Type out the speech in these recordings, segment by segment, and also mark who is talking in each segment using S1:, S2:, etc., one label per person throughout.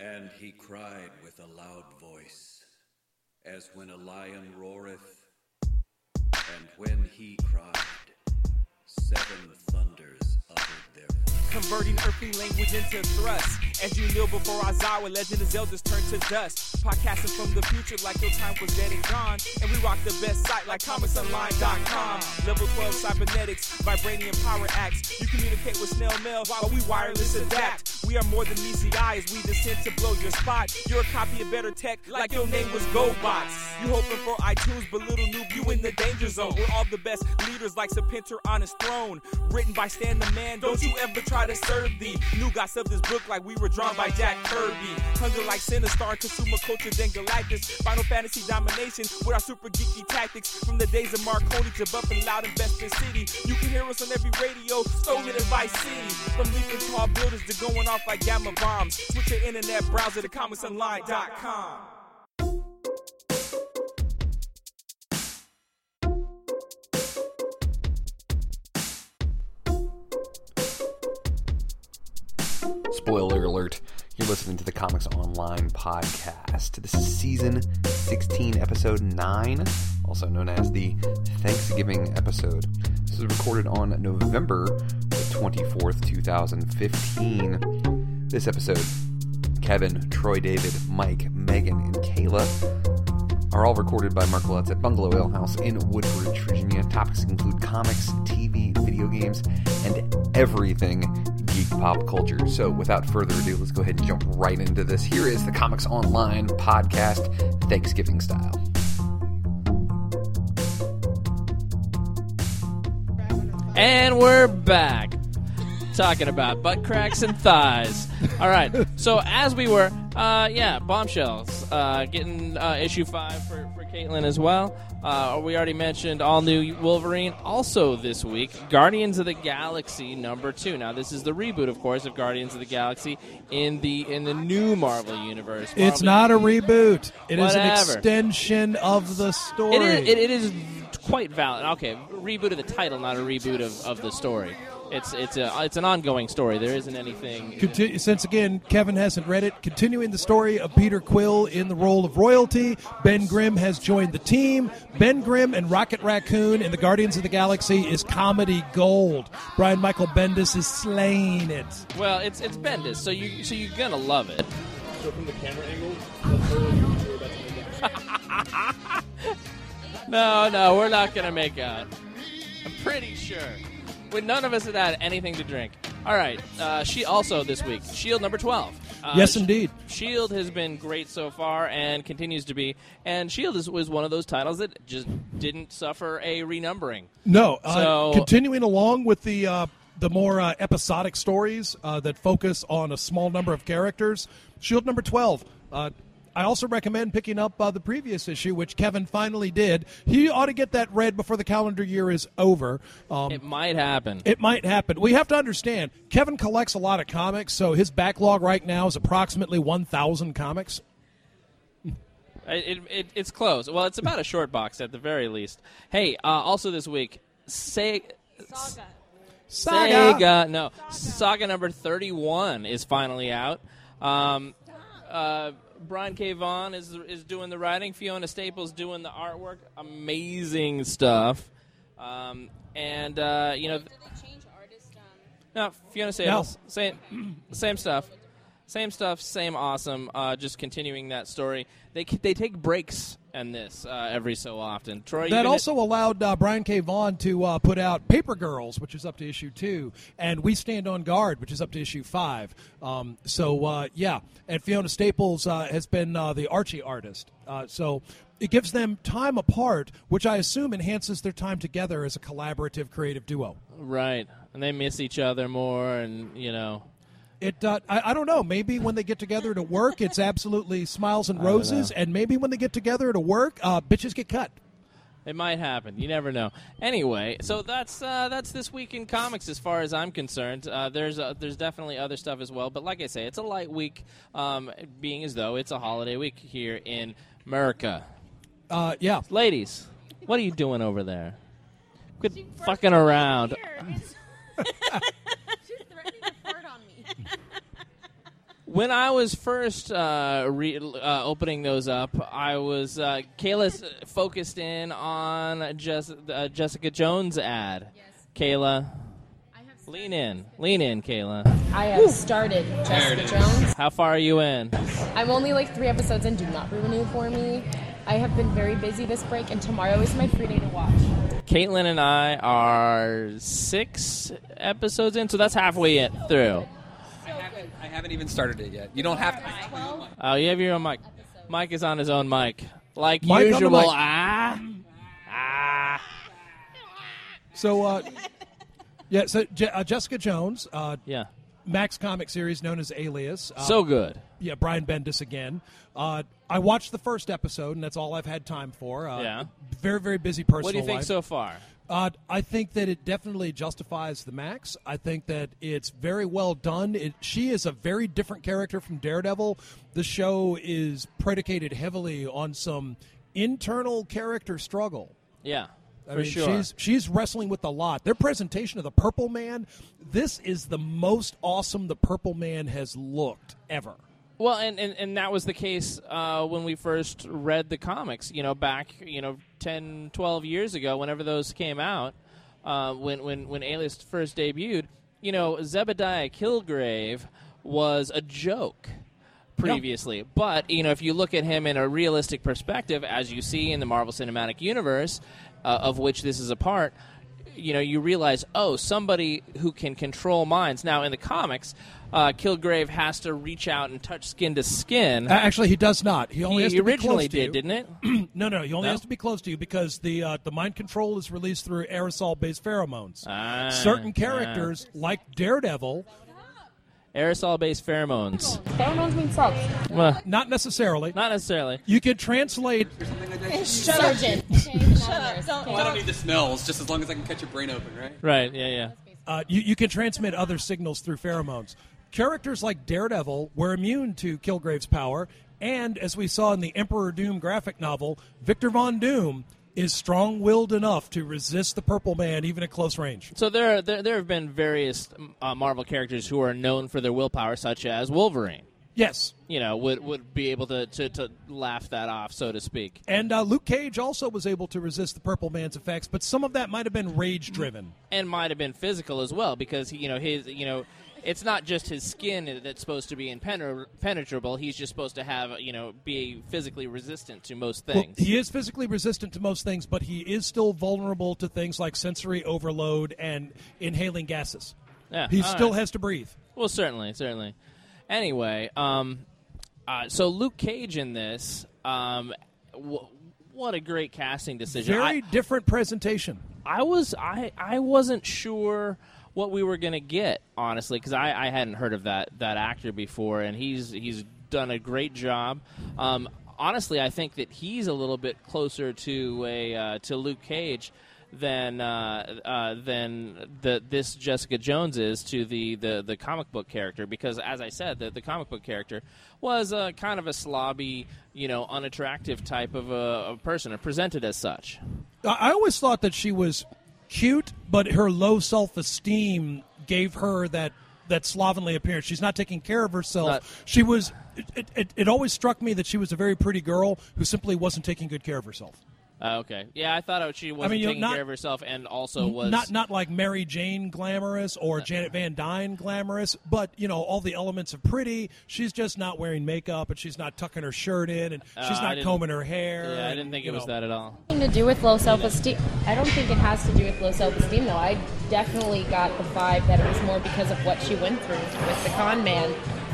S1: And he cried with a loud voice, as when a lion roareth. And when he cried, seven thunders uttered their voice.
S2: Converting earthly language into thrust. As you kneel before Aizawa, legend is elders turn to dust. Podcasting from the future like your time was dead and gone. And we rock the best site like comicsonline.com. Level 12 cybernetics, vibranium power acts. You communicate with snail mail while we wireless adapt. We are more than ECI as we descend to blow your spot. You're a copy of better tech like your name was GoBots. You hoping for iTunes, but little noob, you in the danger zone. We're all the best leaders like Sepinter on his throne. Written by Stan the Man, don't you ever try to serve thee. New gots of this book like we were drawn by Jack Kirby. Hunger like Sinistar, consumer culture, then Galactus. Final Fantasy domination with our super geeky tactics. From the days of Marconi to bumping loud in Vestin City. You can hear us on every radio, stolen in Vice City. From leaping tall buildings to going off like gamma bombs. Switch your internet browser to comicsonline.com.
S3: Spoiler alert, you're listening to the Comics Online podcast. This is season 16, episode 9, also known as the Thanksgiving episode. This is recorded on November the 24th, 2015. This episode, Kevin, Troy, David, Mike, Megan, and Kayla are all recorded by Mark Lutz at Bungalow Ale House in Woodbridge, Virginia. Topics include comics, TV, video games, and everything geek pop culture. So, without further ado, let's go ahead and jump right into this. Here is the Comics Online podcast, Thanksgiving style.
S4: And we're back talking about butt cracks and thighs. All right. So as we were, uh, yeah, bombshells. Uh, getting uh, issue five for, for Caitlin as well. Uh, we already mentioned all new Wolverine. Also this week, Guardians of the Galaxy number two. Now this is the reboot, of course, of Guardians of the Galaxy in the in the new Marvel universe.
S5: It's
S4: Marvel-
S5: not a reboot. It is an
S4: Whatever.
S5: extension of the story.
S4: It is, it, it is quite valid. Okay, reboot of the title, not a reboot of, of the story. It's it's a it's an ongoing story. There isn't anything.
S5: Conti- since again, Kevin hasn't read it. Continuing the story of Peter Quill in the role of royalty, Ben Grimm has joined the team. Ben Grimm and Rocket Raccoon in the Guardians of the Galaxy is comedy gold. Brian Michael Bendis is slaying it.
S4: Well, it's it's Bendis, so you so you're gonna love it.
S6: So from the camera angle, that's literally what you're about to make out.
S4: No, no, we're not gonna make out. I'm pretty sure. When none of us had had anything to drink. All right. Uh, she also this week Shield number twelve. Uh,
S5: yes,
S4: sh-
S5: indeed.
S4: Shield has been great so far and continues to be. And Shield is, was one of those titles that just didn't suffer a renumbering.
S5: No, uh,
S4: So-
S5: continuing along with the uh, the more uh, episodic stories uh, that focus on a small number of characters. Shield number twelve. Uh, I also recommend picking up uh, the previous issue, which Kevin finally did. He ought to get that read before the calendar year is over. Um,
S4: It might happen.
S5: it might happen. We have to understand Kevin collects a lot of comics, so his backlog right now is approximately one thousand comics.
S4: It, it, it's close. Well, it's about a short box at the very least. Hey, uh, also this week, Se-
S7: Saga.
S5: Saga.
S4: Sega, no, Saga number 31 is finally out. Um, uh, Brian K. Vaughan is, is doing the writing, Fiona Staples doing the artwork. Amazing stuff. Um, and, uh, you know,
S7: Did they change artist? Um,
S4: no, Fiona Staples, same, same stuff. Same stuff, same awesome. Uh, just continuing that story. They they take breaks and this uh, every so often. Troy, you
S5: That
S4: been-
S5: also allowed uh, Brian K. Vaughan to uh, put out Paper Girls, which is up to issue two, and We Stand on Guard, which is up to issue five. Um, so, uh, yeah, and Fiona Staples uh, has been uh, the Archie artist. Uh, so it gives them time apart, which I assume enhances their time together as a collaborative creative duo.
S4: right, and they miss each other more, and you know.
S5: It, uh, I, I don't know. Maybe when they get together to work, it's absolutely smiles and roses, and maybe when they get together to work, uh, bitches get cut.
S4: It might happen. You never know. Anyway, so that's uh, that's this week in comics, as far as I'm concerned. Uh, there's uh, there's definitely other stuff as well, but like I say, it's a light week, um, being as though it's a holiday week here in America.
S5: Uh, yeah.
S4: Ladies, what are you doing over there? Quit
S7: she first
S4: fucking
S7: over
S4: around.
S7: here. She's threatening to flirt on me.
S4: When I was first uh, re- uh, opening those up, I was uh, Kayla s- focused in on Jess- uh, Jessica Jones ad.
S7: Yes.
S4: Kayla,
S7: I have
S4: lean
S7: started-
S4: in, lean in, Kayla.
S7: I have started Jessica Jones.
S4: How far are you in?
S7: I'm only like three episodes in. Do not ruin it for me. I have been very busy this break, and tomorrow is my free day to watch.
S4: Caitlin and I are six episodes in, so that's halfway it through.
S7: So good.
S8: I haven't even started it yet. You don't have to.
S7: Twelve.
S4: Oh, you have your own mic. Mike is on his own mic, like
S5: Mike on the
S4: usual.
S5: mic.
S4: Ah, ah.
S5: So, uh, yeah, so Je- uh, Jessica Jones, uh,
S4: Yeah,
S5: Max comic series known as Alias. Uh,
S4: so good.
S5: yeah, Brian Bendis again. Uh, I watched the first episode, and that's all I've had time for. Uh,
S4: Yeah.
S5: Very, very busy personal
S4: What do you think
S5: life.
S4: so far?
S5: Uh, I think that it definitely justifies the Max. I think that it's very well done. It, she is a very different character from Daredevil. The show is predicated heavily on some internal character struggle.
S4: Yeah,
S5: I
S4: for
S5: mean,
S4: sure.
S5: she's she's wrestling with a lot. Their presentation of the Purple Man, this is the most awesome the Purple Man has looked ever.
S4: Well, and, and, and that was the case uh, when we first read the comics, you know, back, you know, 10, 12 years ago, whenever those came out, uh, when, when, when Alias first debuted, you know, Zebediah Kilgrave was a joke previously. But, you know, if you look at him in a realistic perspective, as you see in the Marvel Cinematic Universe, uh, of which this is a part, you know, you realize, oh, somebody who can control minds. Now, in the comics, uh, Kilgrave has to reach out and touch skin to skin.
S5: A- Actually, he does not. He only
S4: he
S5: has to be
S4: originally
S5: close to
S4: did,
S5: you.
S4: didn't it?
S5: No, no, he only
S4: No?
S5: has to be close to you because the uh, the mind control is released through aerosol-based pheromones.
S4: Ah,
S5: Certain characters, like Daredevil,
S4: Aerosol-based pheromones.
S7: Pheromones mean frogs.
S4: Well,
S5: not necessarily.
S4: not necessarily.
S5: you could translate.
S7: Surgeon. Shut up.
S8: I don't need the smells, just as long as I can cut your brain open, right?
S4: Right? Yeah, yeah.
S5: Uh, you, you can transmit other signals through pheromones. Characters like Daredevil were immune to Kilgrave's power, and as we saw in the Emperor Doom graphic novel, Victor Von Doom is strong-willed enough to resist the Purple Man even at close range.
S4: So there, are- there, there have been various uh, Marvel characters who are known for their willpower, such as Wolverine.
S5: Yes,
S4: You know, would would be able to, to, to laugh that off, so to speak.
S5: and uh, Luke Cage also was able to resist the Purple Man's effects, but some of that might have been rage-driven.
S4: and might have been physical as well because he- you know his you know it's not just his skin that's supposed to be impenetrable. He's just supposed to have you know be physically resistant to most
S5: Well,
S4: things.
S5: he is physically resistant to most things, but he is still vulnerable to things like sensory overload and inhaling gases.
S4: Yeah,
S5: He
S4: Ah, all
S5: still
S4: right.
S5: has to breathe.
S4: well, certainly, certainly. Anyway, um, uh, so Luke Cage in this, um, w- what a great casting decision!
S5: Very
S4: I,
S5: different presentation.
S4: I was I I wasn't sure what we were gonna get honestly because I, I hadn't heard of that that actor before and he's he's done a great job. Um, honestly, I think that he's a little bit closer to a uh, to Luke Cage than uh, uh, than the this Jessica Jones is to the, the the comic book character because as I said the, the comic book character was uh, kind of a slobby you know unattractive type of a, a person or presented as such.
S5: I I always thought that she was cute, but her low self esteem gave her that that slovenly appearance. She's not taking care of herself.
S4: Not-
S5: she was. It, it, it always struck me that she was a very pretty girl who simply wasn't taking good care of herself.
S4: Oh, okay. Yeah, I thought she wasn't
S5: mean, you know,
S4: taking
S5: not-
S4: care of herself and also was
S5: not not like Mary Jane glamorous or Janet Van Dyne glamorous, but you know all the elements of pretty. She's just not wearing makeup and she's not tucking her shirt in and
S4: Uh,
S5: she's
S4: I
S5: not
S4: didn't-
S5: combing her hair.
S4: Yeah, I
S5: and,
S4: didn't think
S5: you
S4: it was
S5: know.
S4: that at all.
S7: Nothing to do with low self-esteem. I don't think it has to do with low self-esteem, though. I definitely got the vibe that it was more because of what she went through with the con man.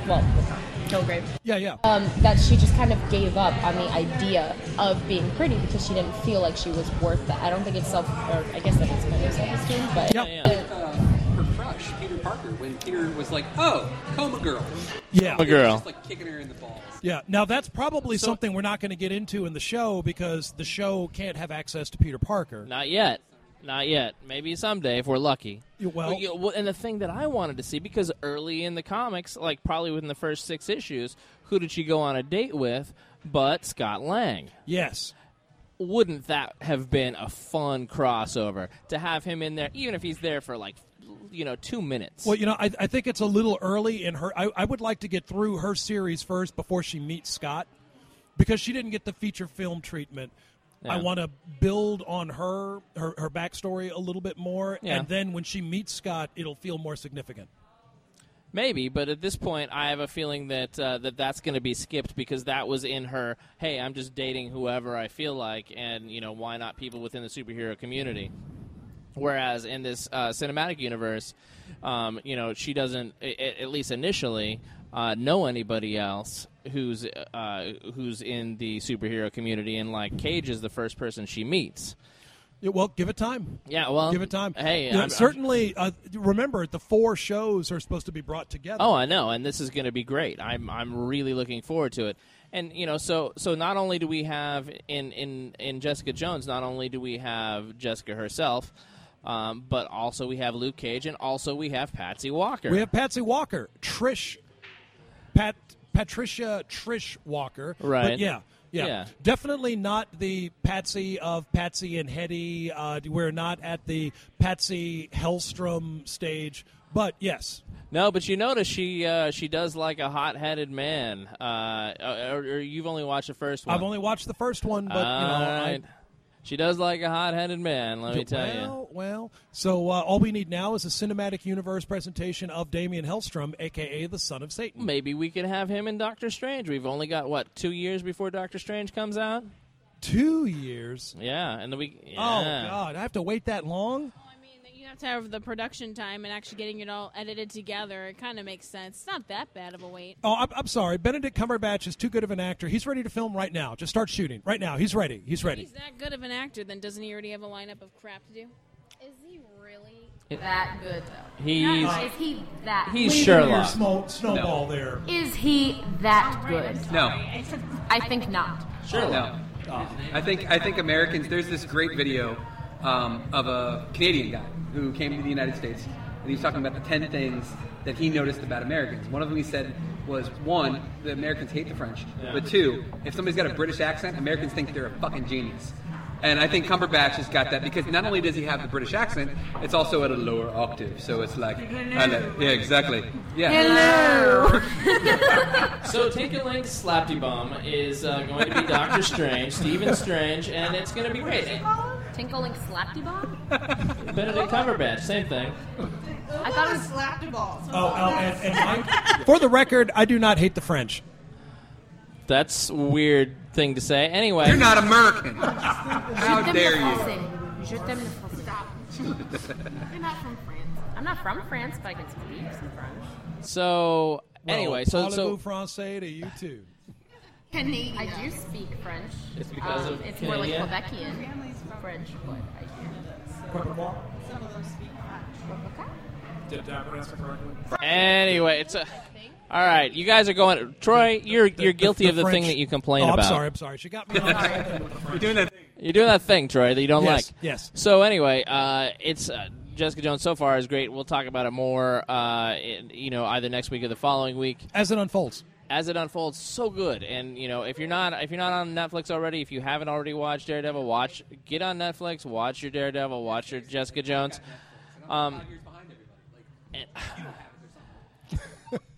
S7: Well, the con, Kilgrave.
S5: Yeah, yeah.
S7: Um, that she just kind of gave up on the idea of being pretty because she didn't feel like she was worth that. I don't think it's self, or I guess that is kind of self-esteem, but
S5: Yep.
S4: Yeah, yeah.
S8: Uh, her crush, Peter Parker, when Peter was like, "Oh, coma girl,"
S5: yeah.
S4: A
S8: He was
S4: girl.
S8: just like kicking her in the balls.
S5: Yeah. Now that's probably something we're not going to get into in the show because the show can't have access to Peter Parker.
S4: Not yet. Not yet. Maybe someday if we're lucky.
S5: Yeah, well-
S4: you- well, and the thing that I wanted to see because early in the comics, like probably within the first six issues, who did she go on a date with? But Scott Lang.
S5: Yes.
S4: Wouldn't that have been a fun crossover to have him in there, even if he's there for like you know two minutes.
S5: Well, you know, I, I think it's a little early in her. I, I would like to get through her series first before she meets Scott because she didn't get the feature film treatment. I
S4: Yeah.
S5: want to build on her, her her backstory a little bit more,
S4: Yeah.
S5: and then when she meets Scott, it'll feel more significant.
S4: Maybe, but at this point, I have a feeling that uh, that that's going to be skipped because that was in her. Hey, I'm just dating whoever I feel like, and you know why not people within the superhero community. Whereas in this uh, cinematic universe, um, you know she doesn't, a- a- at least initially, uh, know anybody else who's uh, who's in the superhero community, and like Cage is the first person she meets.
S5: Yeah, well, give it time.
S4: Yeah, well,
S5: give it time.
S4: Hey,
S5: You know,
S4: I'm- I'm-
S5: certainly. uh, remember, the four shows are supposed to be brought together.
S4: Oh, I know, and this is going to be great. I'm I'm really looking forward to it. And you know, so so not only do we have in in in Jessica Jones, not only do we have Jessica herself, um, but also we have Luke Cage, and also we have Patsy Walker.
S5: We have Patsy Walker, Trish, Pat, Patricia Trish Walker.
S4: Right.
S5: But yeah, yeah.
S4: Yeah.
S5: Definitely not the Patsy of Patsy and Hetty. Uh, we're not at the Patsy Hellstrom stage. But yes,
S4: no, but you notice she uh, she does like a hot headed man. Uh, or, or you've only watched the first one.
S5: I've only watched the first one, but you know,
S4: All
S5: I-
S4: right. She does like a hot headed man. Let me tell you.
S5: well, well. So uh, all we need now is a cinematic universe presentation of Damien Hellstrom, aka the Son of Satan.
S4: Maybe we could have him and Doctor Strange. We've only got what two years before Doctor Strange comes out.
S5: Two years.
S4: Yeah, and then we. Yeah.
S5: Oh God, I have to wait that long.
S9: Well, I mean, you have to have the production time and actually getting it all edited together. It kind of makes sense. It's not that bad of a wait.
S5: Oh, I'm, I'm sorry. Benedict Cumberbatch is too good of an actor. He's ready to film right now. Just start shooting right now. He's ready. He's
S9: If
S5: ready.
S9: he's that good of an actor, then doesn't he already have a lineup of crap to do?
S7: Is he really that good though?
S4: He's
S7: Is he that?
S4: he's
S5: Leave in your
S4: Sherlock.
S5: small, snowball there.
S7: Is he that good?
S8: No,
S7: I think not.
S8: no. I think I think Americans. There's this great video um, of a Canadian guy who came to the United States, and he was talking about the ten things that he noticed about Americans. One of them he said was one, the Americans hate the French, but two, if somebody's got a British accent, Americans think they're a fucking genius. And I think Cumberbatch has got that because not only does he have the British accent, it's also at a lower octave. So it's like, hello. yeah, exactly, yeah.
S4: So take a link, slappy bomb is uh, going to be Doctor Strange, Stephen Strange, and it's going to be great. And
S7: Tinkling Slappy Bomb?
S4: Benedict Cumberbatch, same thing.
S7: I thought it was
S5: Oh, oh, and, and Mike- for the record, I do not hate the French.
S4: That's weird thing to say. Anyway,
S8: You're not American. How dare you?
S7: Je t'aime le français.
S9: You're not from France.
S7: I'm not from France, but I can speak some French.
S4: so anyway, so
S5: Parlez-vous
S4: so
S5: français to you too.
S7: I do speak French. Um,
S4: It's because of
S7: it's more like
S4: Canada?
S7: Quebecian French, but I
S4: anyway, it's a. All right, you guys are going. Troy, you're you're guilty
S5: The
S4: of the
S5: French-
S4: thing that you complain
S5: oh,
S4: about.
S5: I'm sorry. I'm sorry. She got me. on something with the French.
S8: Doing that
S4: You're doing that thing, Troy, that you don't
S5: Yes,
S4: like.
S5: yes.
S4: So anyway, uh, it's uh, Jessica Jones so far is great. We'll talk about it more, uh, in, you know, either next week or the following week
S5: As it unfolds,
S4: as it unfolds. So good, and you know, if you're not if you're not on Netflix already, if you haven't already watched Daredevil, watch get on Netflix, watch your Daredevil, watch your Jessica Jones. Um, and-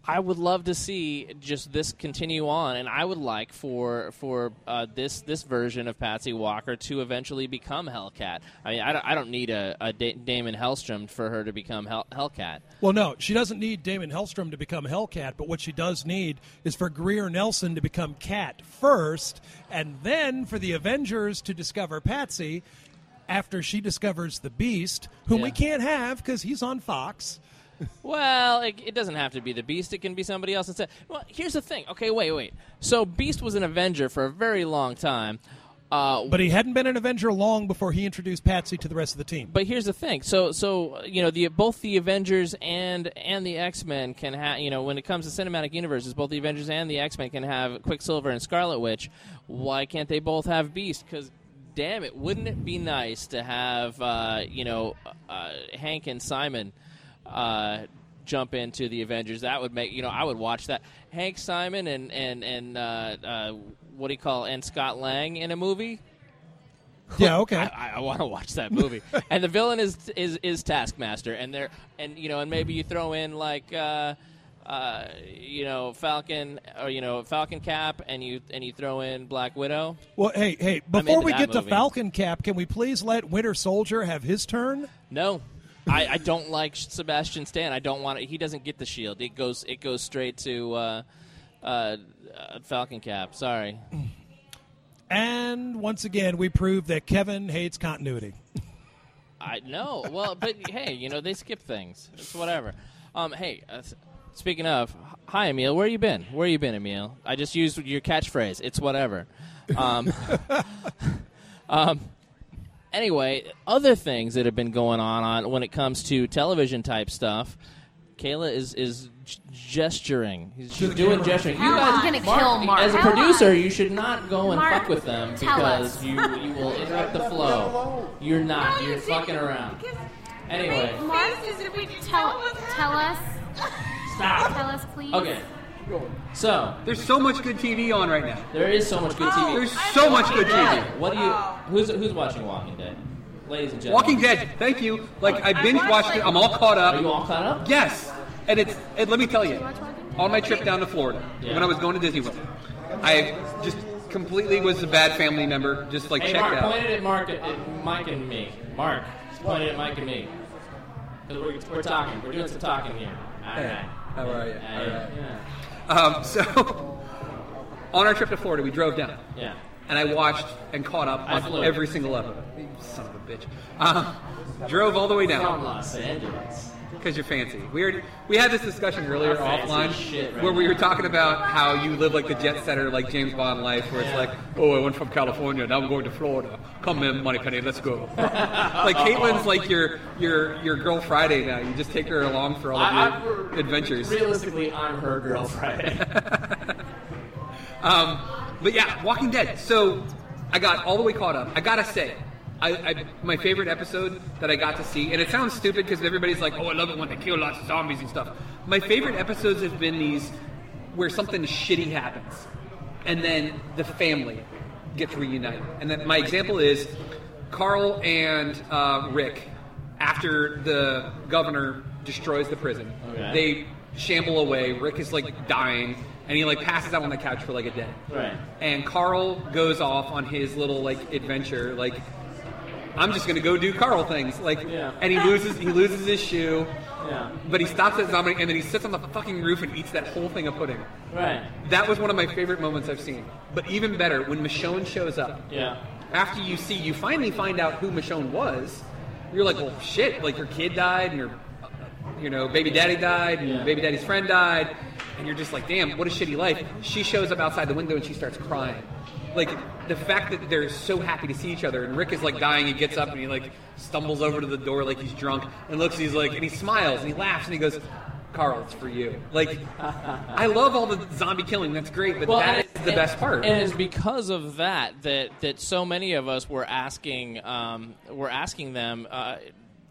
S4: I would love to see just this continue on, and I would like for for uh, this this version of Patsy Walker to eventually become Hellcat. I mean, I don't, I don't need a, a da- Damon Hellstrom for her to become Hel- Hellcat.
S5: well, no, she doesn't need Damon Hellstrom to become Hellcat, but what she does need is for Greer Nelson to become Cat first, and then for the Avengers to discover Patsy after she discovers the Beast, whom we
S4: Yeah.
S5: can't have because he's on Fox.
S4: Well, it, it doesn't have to be the Beast. It can be somebody else instead. Well, here's the thing. Okay, wait, wait. So Beast was an Avenger for a very long time. Uh,
S5: But he hadn't been an Avenger long before he introduced Patsy to the rest of the team.
S4: but here's the thing. So so uh, you know the both the Avengers and and the X Men can have you know when it comes to cinematic universes, both the Avengers and the X Men can have Quicksilver and Scarlet Witch. Why can't they both have Beast? Because damn it, wouldn't it be nice to have uh, you know uh, Hank and Simon uh, jump into the Avengers? That would make you know I would watch that. Hank Simon and and and uh, uh, what do you call and Scott Lang in a movie?
S5: Yeah, okay.
S4: I, I want to watch that movie. and the villain is is is Taskmaster, and they're and you know, and maybe you throw in like. Uh, uh, you know Falcon, or you know Falcon Cap, and you and you throw in Black Widow.
S5: Well, hey, hey, before
S4: into
S5: we
S4: that
S5: get to
S4: movie.
S5: Falcon Cap, can we please let Winter Soldier have his turn?
S4: No, I, I don't like Sebastian Stan. I don't want it. He doesn't get the shield. It goes it goes straight to uh, uh, uh, Falcon Cap. Sorry.
S5: And once again, we prove that Kevin hates continuity.
S4: I know. Well, but hey, you know they skip things. It's whatever. Um, hey, uh, s- speaking of, hi Emil, where you been? Where you been, Emil? I just used your catchphrase. It's whatever. Um, um, anyway, other things that have been going on on when it comes to television type stuff. Kayla is is g- gesturing. He's she's doing gesturing. You
S10: How
S4: guys,
S10: long? He's gonna kill Mark.
S4: as a
S10: How
S4: producer, you should not go and
S10: Mark,
S4: fuck with them
S10: tell
S4: because
S10: us.
S4: you you will interrupt the flow. You're not. You're fucking around. Anyway,
S10: Tell, tell us. Stop. Tell us, please.
S4: okay. So
S8: There's so much good TV on right now.
S4: there is so much good
S8: Oh, There's
S4: TV.
S8: so much good TV.
S4: What do you? Who's who's watching Walking Dead? Ladies and gentlemen.
S8: Walking Dead. Thank you. Like I binge watched it. I'm all caught
S4: Are you
S8: up.
S4: all caught up?
S8: Yes. And it's. And let me tell you, on my trip down to Florida,
S4: Yeah.
S8: when I was going to Disney World, I just completely was a bad family member. Just like
S4: Hey,
S8: checked
S4: Mark,
S8: out.
S4: point it at Mark, at, at Mike and me. Mark, just point it at Mike and me. Because we're, we're talking. We're doing some talking here. All right.
S8: How are you?
S4: Hey,
S8: All right.
S4: yeah.
S8: Um, so, on our trip to Florida, we drove down.
S4: Yeah.
S8: And I watched and caught up
S4: I flew.
S8: on every single episode. You son of a bitch. Um, drove all the way
S4: From
S8: down
S4: Los Angeles.
S8: because you're fancy. We already, we had this discussion earlier
S4: I'm fancy
S8: offline
S4: shit right
S8: where we were
S4: now.
S8: talking about how you live like the jet setter, like James Bond life, where it's like, oh, I went from California, now I'm going to Florida. Come in, money penny, let's go. like Caitlin's like your your your girl Friday now. You just take her along for all
S4: I-
S8: of your
S4: I-
S8: adventures.
S4: Realistically, I'm her girl Friday.
S8: Um, but yeah, Walking Dead. So I got all the way caught up. I gotta say, I, I my favorite episode that I got to see, and it sounds stupid because everybody's like, "Oh, I love it when they kill lots of zombies and stuff." My favorite episodes have been these where something shitty happens, and then the family gets reunited. And then my example is Carl and uh, Rick. After the governor destroys the prison,
S4: Okay.
S8: they shamble away. Rick is like dying, and he like passes out on the couch for like a day.
S4: Right.
S8: And Carl goes off on his little like adventure, like I'm just gonna go do Carl things, like.
S4: Yeah.
S8: And he loses he loses his shoe,
S4: Yeah.
S8: but he stops at zombie, and then he sits on the fucking roof and eats that whole thing of pudding.
S4: Right.
S8: That was one of my favorite moments I've seen. But even better when Michonne shows up
S4: Yeah.
S8: after you see, you finally find out who Michonne was. You're like, well, shit! Like your kid died, and your, uh, you know, baby daddy died, and
S4: Yeah.
S8: baby daddy's friend died, and you're just like, damn, what a shitty life. She shows up outside the window and she starts crying. Like the fact that they're so happy to see each other, and Rick is like dying. He gets up and he like stumbles over to the door like he's drunk, and looks. And he's like, and he smiles and he laughs and he goes, "Carl, it's for you." Like, I love all the zombie killing. That's great, but that
S4: and-
S8: is the
S4: and-
S8: best part.
S4: And it's because of that that that so many of us were asking um, were asking them uh,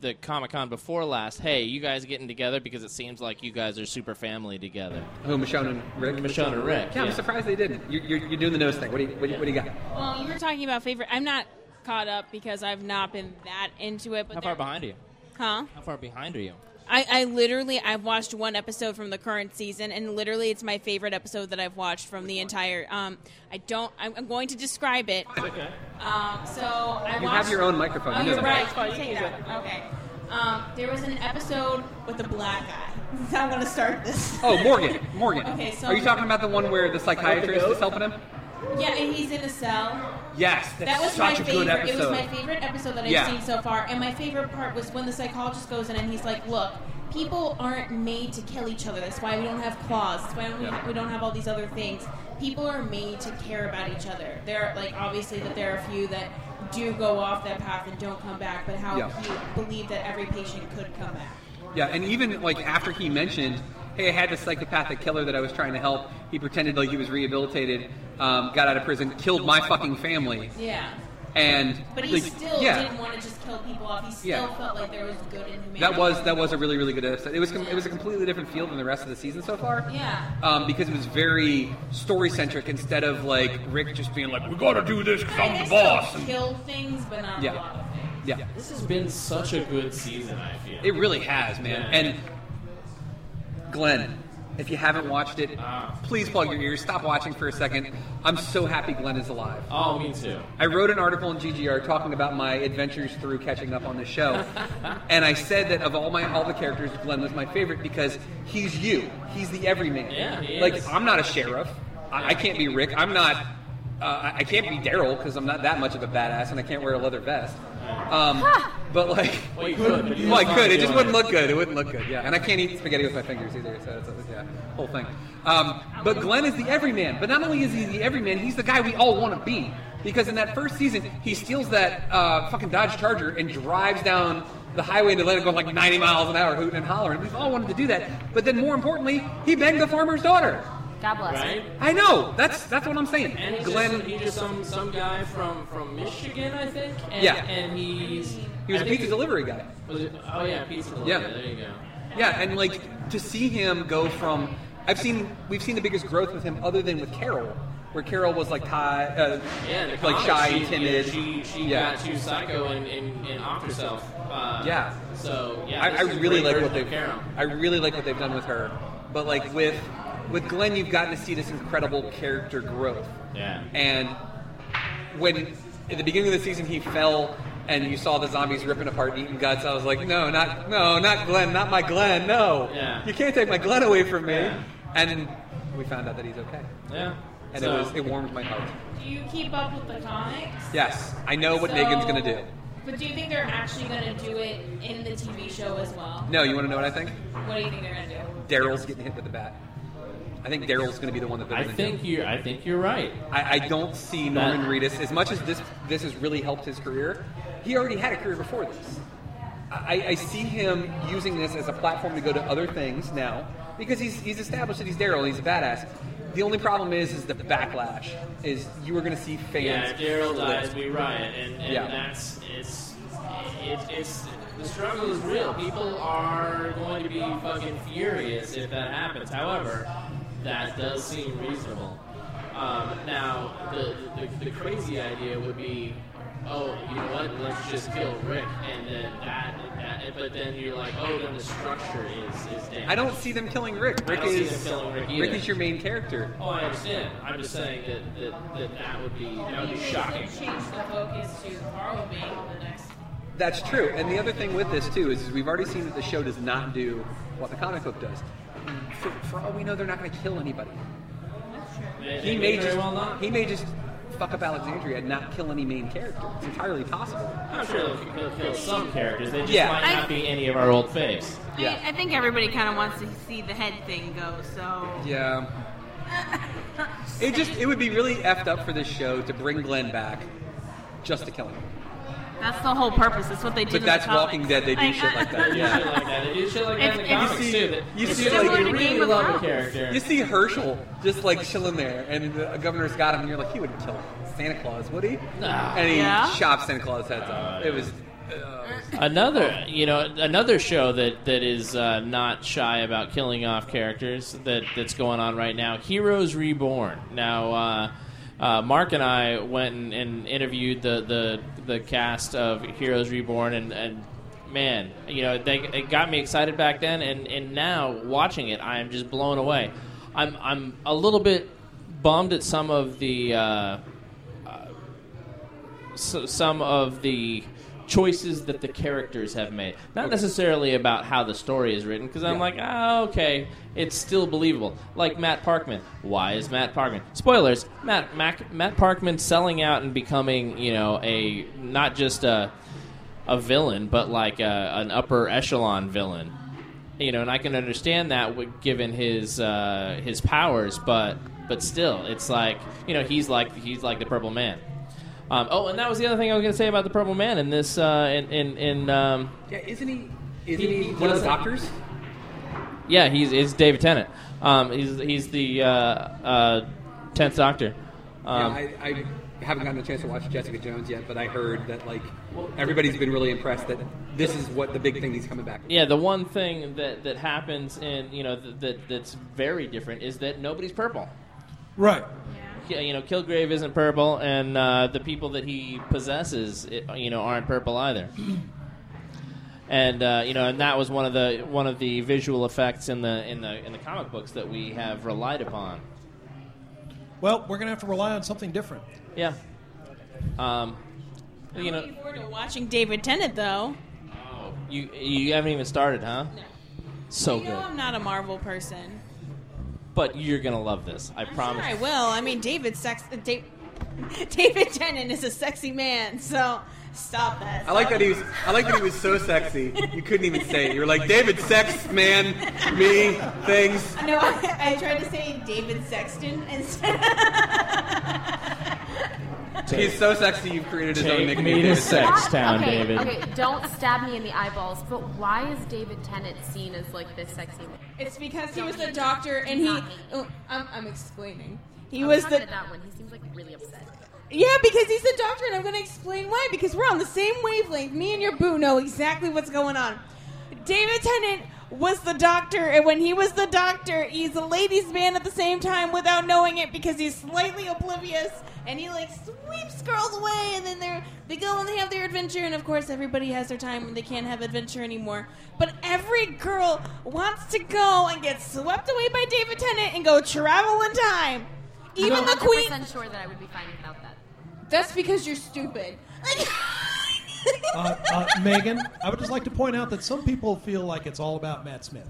S4: the Comic Con before last. Hey, you guys getting together because it seems like you guys are super family together.
S8: Who Michonne and Rick?
S4: Michonne and Rick.
S8: Yeah, I'm
S4: yeah.
S8: surprised they didn't. You're, you're, you're doing the nose thing. What do you, what do you, what do you got?
S9: Well, you were talking about favorite. I'm not caught up because I've not been that into it. But
S4: How far
S9: there-
S4: behind are you?
S9: Huh?
S4: How far behind are you?
S9: I, I literally I've watched one episode from the current season, and literally it's my favorite episode that I've watched from the entire. Um, I don't. I'm, I'm going to describe it. Okay. Um, so I
S8: You
S9: watched.
S8: have your own microphone.
S9: Oh,
S8: You know
S9: you're
S8: that.
S9: right. Take that. Okay. Um, there was an episode with a black guy. I'm going to start this.
S8: Oh, Morgan. Morgan.
S9: Okay, so-
S8: Are you talking about the one where the psychiatrist is helping him?
S9: Yeah, and he's in a cell.
S8: Yes, that's
S9: That was my
S8: such a good
S9: favorite. It was
S8: episode.
S9: my favorite episode that I've
S8: Yeah.
S9: seen so far, and my favorite part was when the psychologist goes in and he's like, "Look, people aren't made to kill each other. That's why we don't have claws. That's why we,
S8: Yeah.
S9: we don't have all these other things. People are made to care about each other. There, are, like, obviously that there are a few that do go off that path and don't come back, but how
S8: Yeah.
S9: you believe that every patient could come back."
S8: yeah, and even like after he mentioned, hey, I had this psychopathic killer that I was trying to help. He pretended like he was rehabilitated, um, got out of prison, killed my fucking family.
S9: Yeah.
S8: and
S9: But he
S8: like,
S9: still
S8: yeah,
S9: didn't want to just kill people off. He still
S8: Yeah.
S9: felt like there was good in humanity.
S8: that was that was a really really good episode. It was com- it was a completely different feel than the rest of the season so far.
S9: Yeah.
S8: Um, because it was very story centric instead of like Rick just being like we gotta do this because
S9: They
S8: I'm the
S9: still
S8: boss. And-
S9: Kill things, but not a lot
S8: yeah,
S9: of things.
S8: yeah.
S4: This has been such a good season. I feel
S8: It really has, man. And Glenn, if you haven't watched it,
S4: Ah.
S8: please plug your ears. Stop watching for a second. I'm so happy Glenn is alive.
S4: Oh, me too.
S8: I wrote an article in GGR talking about my adventures through catching up on the show, and I said that of all my all the characters, Glenn was my favorite because he's you. He's the everyman.
S4: Yeah, he
S8: like
S4: is.
S8: I'm not a sheriff. I, I can't be Rick. I'm not. Uh, I- I can't be Daryl because I'm not that much of a badass, and I can't wear a leather vest. Um, but like,
S4: Well, you could, but you
S8: well, I
S4: just
S8: could.
S4: aren't
S8: It just
S4: doing
S8: wouldn't look good. It wouldn't look good. Yeah, and I can't eat spaghetti with my fingers either. So it's yeah, whole thing. Um, but Glenn is the everyman. But not only is he the everyman, he's the guy we all want to be. Because in that first season, he steals that uh, fucking Dodge Charger and drives down the highway in Atlanta going like 90 miles an hour, hooting and hollering. We've all wanted to do that. But then more importantly, he banged the farmer's daughter.
S10: God bless.
S4: Right?
S8: I know. That's that's what I'm saying.
S4: And he's
S8: Glenn.
S4: just, he's just some some guy from from Michigan, I think. And,
S8: Yeah.
S4: And he's
S8: he was
S4: I
S8: a
S4: think
S8: pizza delivery guy.
S4: he- was it- oh yeah, pizza. Delivery.
S8: Yeah.
S4: There you go.
S8: Yeah, and like to see him go from I've seen we've seen the biggest growth with him other than with Carol, where Carol was like high, uh,
S4: Yeah. in the
S8: like
S4: comics,
S8: shy
S4: she,
S8: and timid.
S4: She she
S8: yeah.
S4: got too psycho and, and, and off herself. Uh,
S8: Yeah.
S4: So yeah,
S8: I,
S4: this
S8: I
S4: is a
S8: really
S4: great
S8: like what
S4: version
S8: they've
S4: of Carol.
S8: I really like what they've done with her, but like with with Glenn, you've gotten to see this incredible character growth.
S4: Yeah.
S8: And when at the beginning of the season he fell and you saw the zombies ripping apart and eating guts, I was like, no, not no, not Glenn, not my Glenn, no,
S4: Yeah.
S8: you can't take my Glenn away from me.
S4: Yeah.
S8: And we found out that he's okay,
S4: Yeah.
S8: and
S4: so,
S8: it was it warmed my heart.
S9: Do you keep up with the comics?
S8: Yes, I know what
S9: So-
S8: Megan's gonna do.
S9: But do you think they're actually going to do it in the TV show as well?
S8: No, you want to know what I think?
S9: What do you think they're going to do?
S8: Daryl's getting hit with the bat. I think Daryl's going to be the one that. they're
S4: I
S8: gonna do.
S4: think you I think you're right.
S8: I, I don't see Norman Reedus as much as this. This has really helped his career. He already had a career before this. I, I see him using this as a platform to go to other things now because he's he's established that he's Daryl. He's a badass. The only problem is is the backlash. Is you are going to see
S4: Yeah,
S8: fans.
S4: if Daryl
S8: split.
S4: dies, we riot, and, and
S8: Yeah.
S4: that's it's, it's it's the struggle is real. People are going to be fucking furious if that happens. However, that does seem reasonable. Um, now, the, the the crazy idea would be, oh, you know what? Let's just kill Rick, and then that, that but then you're like, oh, then the structure is is damaged.
S8: I don't see them killing Rick.
S4: I
S8: Rick
S4: don't see
S8: is
S4: them killing Rick either.
S8: Rick is your main character.
S4: Oh, I understand. I'm just saying that that, that, that would be that would be shocking.
S9: Change the focus to Carl being the next.
S8: That's true. And the other thing with this too is, is we've already seen that the show does not do what the comic book does. For, for all we know, they're not going to kill anybody.
S4: They-
S8: He
S4: they
S8: may
S4: very
S8: just
S4: well not.
S8: he may just fuck up Alexandria and not kill any main character. It's entirely possible.
S4: I'm sure they'll, they'll kill some characters. They just
S8: Yeah.
S4: might not
S9: I-
S4: be any of our old faves.
S8: Yeah.
S9: I, I think everybody kind of wants to see the head thing go, so.
S8: Yeah. It just it would be really effed up for this show to bring Glenn back just to kill him.
S9: That's the whole purpose. That's what they do.
S8: But that's Walking Dead. They do shit like that.
S4: They do shit like that. They do shit like that in the
S9: It's- it's-
S4: comics
S8: You see-
S4: too. That
S8: you
S4: it's
S8: see,
S4: just
S8: like,
S4: like,
S8: in
S4: you
S9: Game
S4: really
S9: of
S4: love the
S9: Thrones.
S4: character.
S8: You see Herschel just like chilling there, and the governor's got him, and you're like, he wouldn't kill Santa Claus, would he?
S4: Nah.
S8: And he
S9: Yeah.
S8: chops Santa Claus' heads off. It was. Uh,
S4: Another, you know, another show that that is uh, not shy about killing off characters that that's going on right now. Heroes Reborn. Now, uh, uh, Mark and I went and, and interviewed the, the the cast of Heroes Reborn, and, and man, you know, they it got me excited back then, and and now watching it, I am just blown away. I'm I'm a little bit bummed at some of the. Uh, so, some of the choices that the characters have made. Not necessarily about how the story is written, because I'm like, ah, okay, it's still believable. Like Matt Parkman. Why is Matt Parkman? Spoilers. Matt Mac, Matt Parkman selling out and becoming, you know, a not just a a villain, but like a, an upper echelon villain. You know, and I can understand that wi- given his uh, his powers, but but still, it's like you know he's like he's like the Purple Man. Um, oh, and that was the other thing I was going to say about the Purple Man in this uh, in in, in um,
S8: yeah, isn't he? Isn't
S4: He-
S8: he,
S4: he
S8: one of the
S4: doesn't-
S8: doctors?
S4: yeah he's it's David Tennant. Um, he's he's the uh, uh, tenth Doctor. Um,
S8: yeah, I, I haven't gotten a chance to watch Jessica Jones yet, but I heard that like everybody's been really impressed that this is what the big thing he's coming back. with.
S4: Yeah, the one thing that, that happens in you know th- that that's very different is that nobody's purple.
S5: Right.
S4: Ki- You know, Kilgrave isn't purple, and uh, the people that he possesses, i you know, aren't purple either. And uh, you know, and that was one of the one of the visual effects in the in the in the comic books that we have relied upon.
S5: Well, we're gonna have to rely on something different.
S4: Yeah. Um, you know,
S9: Looking forward to watching David Tennant though.
S4: you you haven't even started, huh? So
S9: you know
S4: good.
S9: I'm not a Marvel person.
S4: But you're gonna love this. I promise.
S9: Sure, I will. I mean, David sex. uh, Da- David Tennant is a sexy man, so stop that.
S8: I like that he was. I like that he was so sexy. You couldn't even say it. You were like David, sex man, me, things.
S9: No, I, I tried to say David Sexton instead.
S8: He's so sexy. You've created his own.
S4: Take
S8: nickname,
S4: me to
S8: David
S4: sex.
S8: Tennant.
S4: It's town,
S10: okay,
S4: David.
S10: Okay, don't stab me in the eyeballs. But why is David Tennant seen as like this sexy man?
S9: It's because he was the doctor, and he. Oh, I'm, I'm explaining. He
S10: I'm
S9: was
S10: talking
S9: the.
S10: to that one. He seems like really upset.
S9: Yeah, because he's the doctor, and I'm going to explain why. Because we're on the same wavelength. Me and your boo know exactly what's going on. David Tennant was the doctor, and when he was the doctor, he's a ladies' man at the same time without knowing it because he's slightly oblivious, and he like sweeps girls away, and then they're they go and they have their adventure, and of course everybody has their time when they can't have adventure anymore. But every girl wants to go and get swept away by David Tennant and go travel in time. Even
S10: I'm
S9: the queen
S10: 100% sure that I would be fine without that.
S9: that's because you're stupid.
S5: Uh, uh, Megan, I would just like to point out that some people feel like it's all about Matt Smith.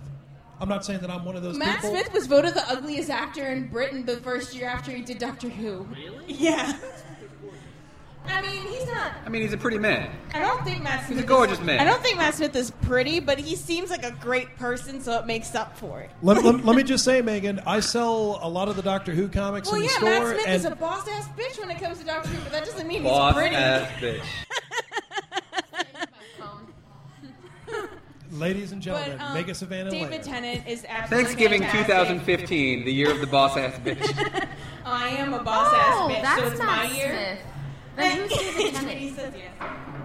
S5: I'm not saying that I'm one of those
S9: Matt
S5: people.
S9: Smith was voted the ugliest actor in Britain the first year after he did Doctor Who. Really? Yeah. I mean, he's not.
S8: I mean, he's a pretty man.
S9: I don't think Matt Smith.
S8: a gorgeous
S9: is,
S8: man.
S9: I don't think Matt Smith is pretty, but he seems like a great person, so it makes up for it.
S5: Let, let- let me just say, Megan, I sell a lot of the Doctor Who comics
S9: Well,
S5: in the
S9: yeah,
S5: store,
S9: Matt Smith
S5: and
S9: is a boss ass bitch when it comes to Doctor Who, but that doesn't mean
S8: Boss
S9: he's pretty.
S8: ass bitch.
S5: ladies and
S9: But
S5: gentlemen,
S9: um,
S5: Megan Savannah.
S9: David
S5: Lair.
S9: Tennant is absolutely
S8: Thanksgiving
S9: fantastic.
S8: 2015, the year of the boss ass bitch.
S9: I am a boss ass
S10: oh,
S9: bitch,
S10: that's
S9: so it's
S10: Matt
S9: my year.
S10: Smith. Then who's David Tennant?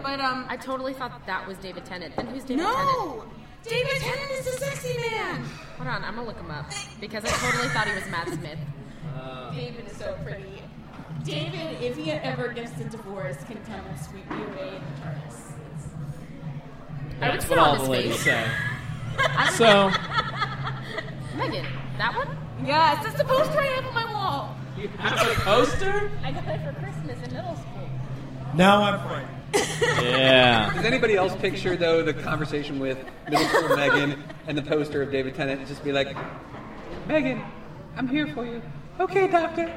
S9: But um,
S10: I totally thought that was David Tennant. Then who's David Tennant?
S9: no, David Tennant is a sexy man.
S10: Hold on, I'm gonna look him up because I totally thought he was Matt Smith.
S9: David is so pretty. David, if he ever gets the divorce, can come and sweep me away in the TARDIS.
S10: I would
S4: That's
S10: sit
S4: what
S10: on
S4: all the
S10: his
S4: ladies
S10: face.
S4: say.
S10: I would-
S4: So,
S10: Megan, that one?
S9: Yes, that's the poster I have on my wall.
S4: poster?
S10: I got that for Christmas in middle school.
S5: Now I'm right.
S4: Yeah.
S8: Does anybody else picture though the conversation with middle school Megan and the poster of David Tennant and just be like, Megan, I'm here for you. Okay, doctor.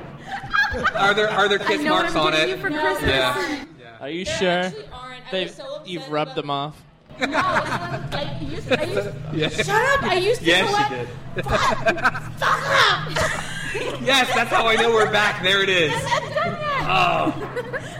S8: are there are there kiss
S10: I know
S8: marks
S10: what I'm
S8: on
S10: giving
S8: it?
S10: you for Christmas.
S8: Yeah.
S4: Are you sure?
S9: actually aren't. I
S4: They've,
S9: was so upset
S4: you've rubbed
S9: about-
S4: them off.
S10: I used, I used,
S8: Yes.
S9: Shut up! I used to
S8: Yes,
S9: collect.
S8: she did. yes, that's how I know we're back. There it is.
S9: Oh.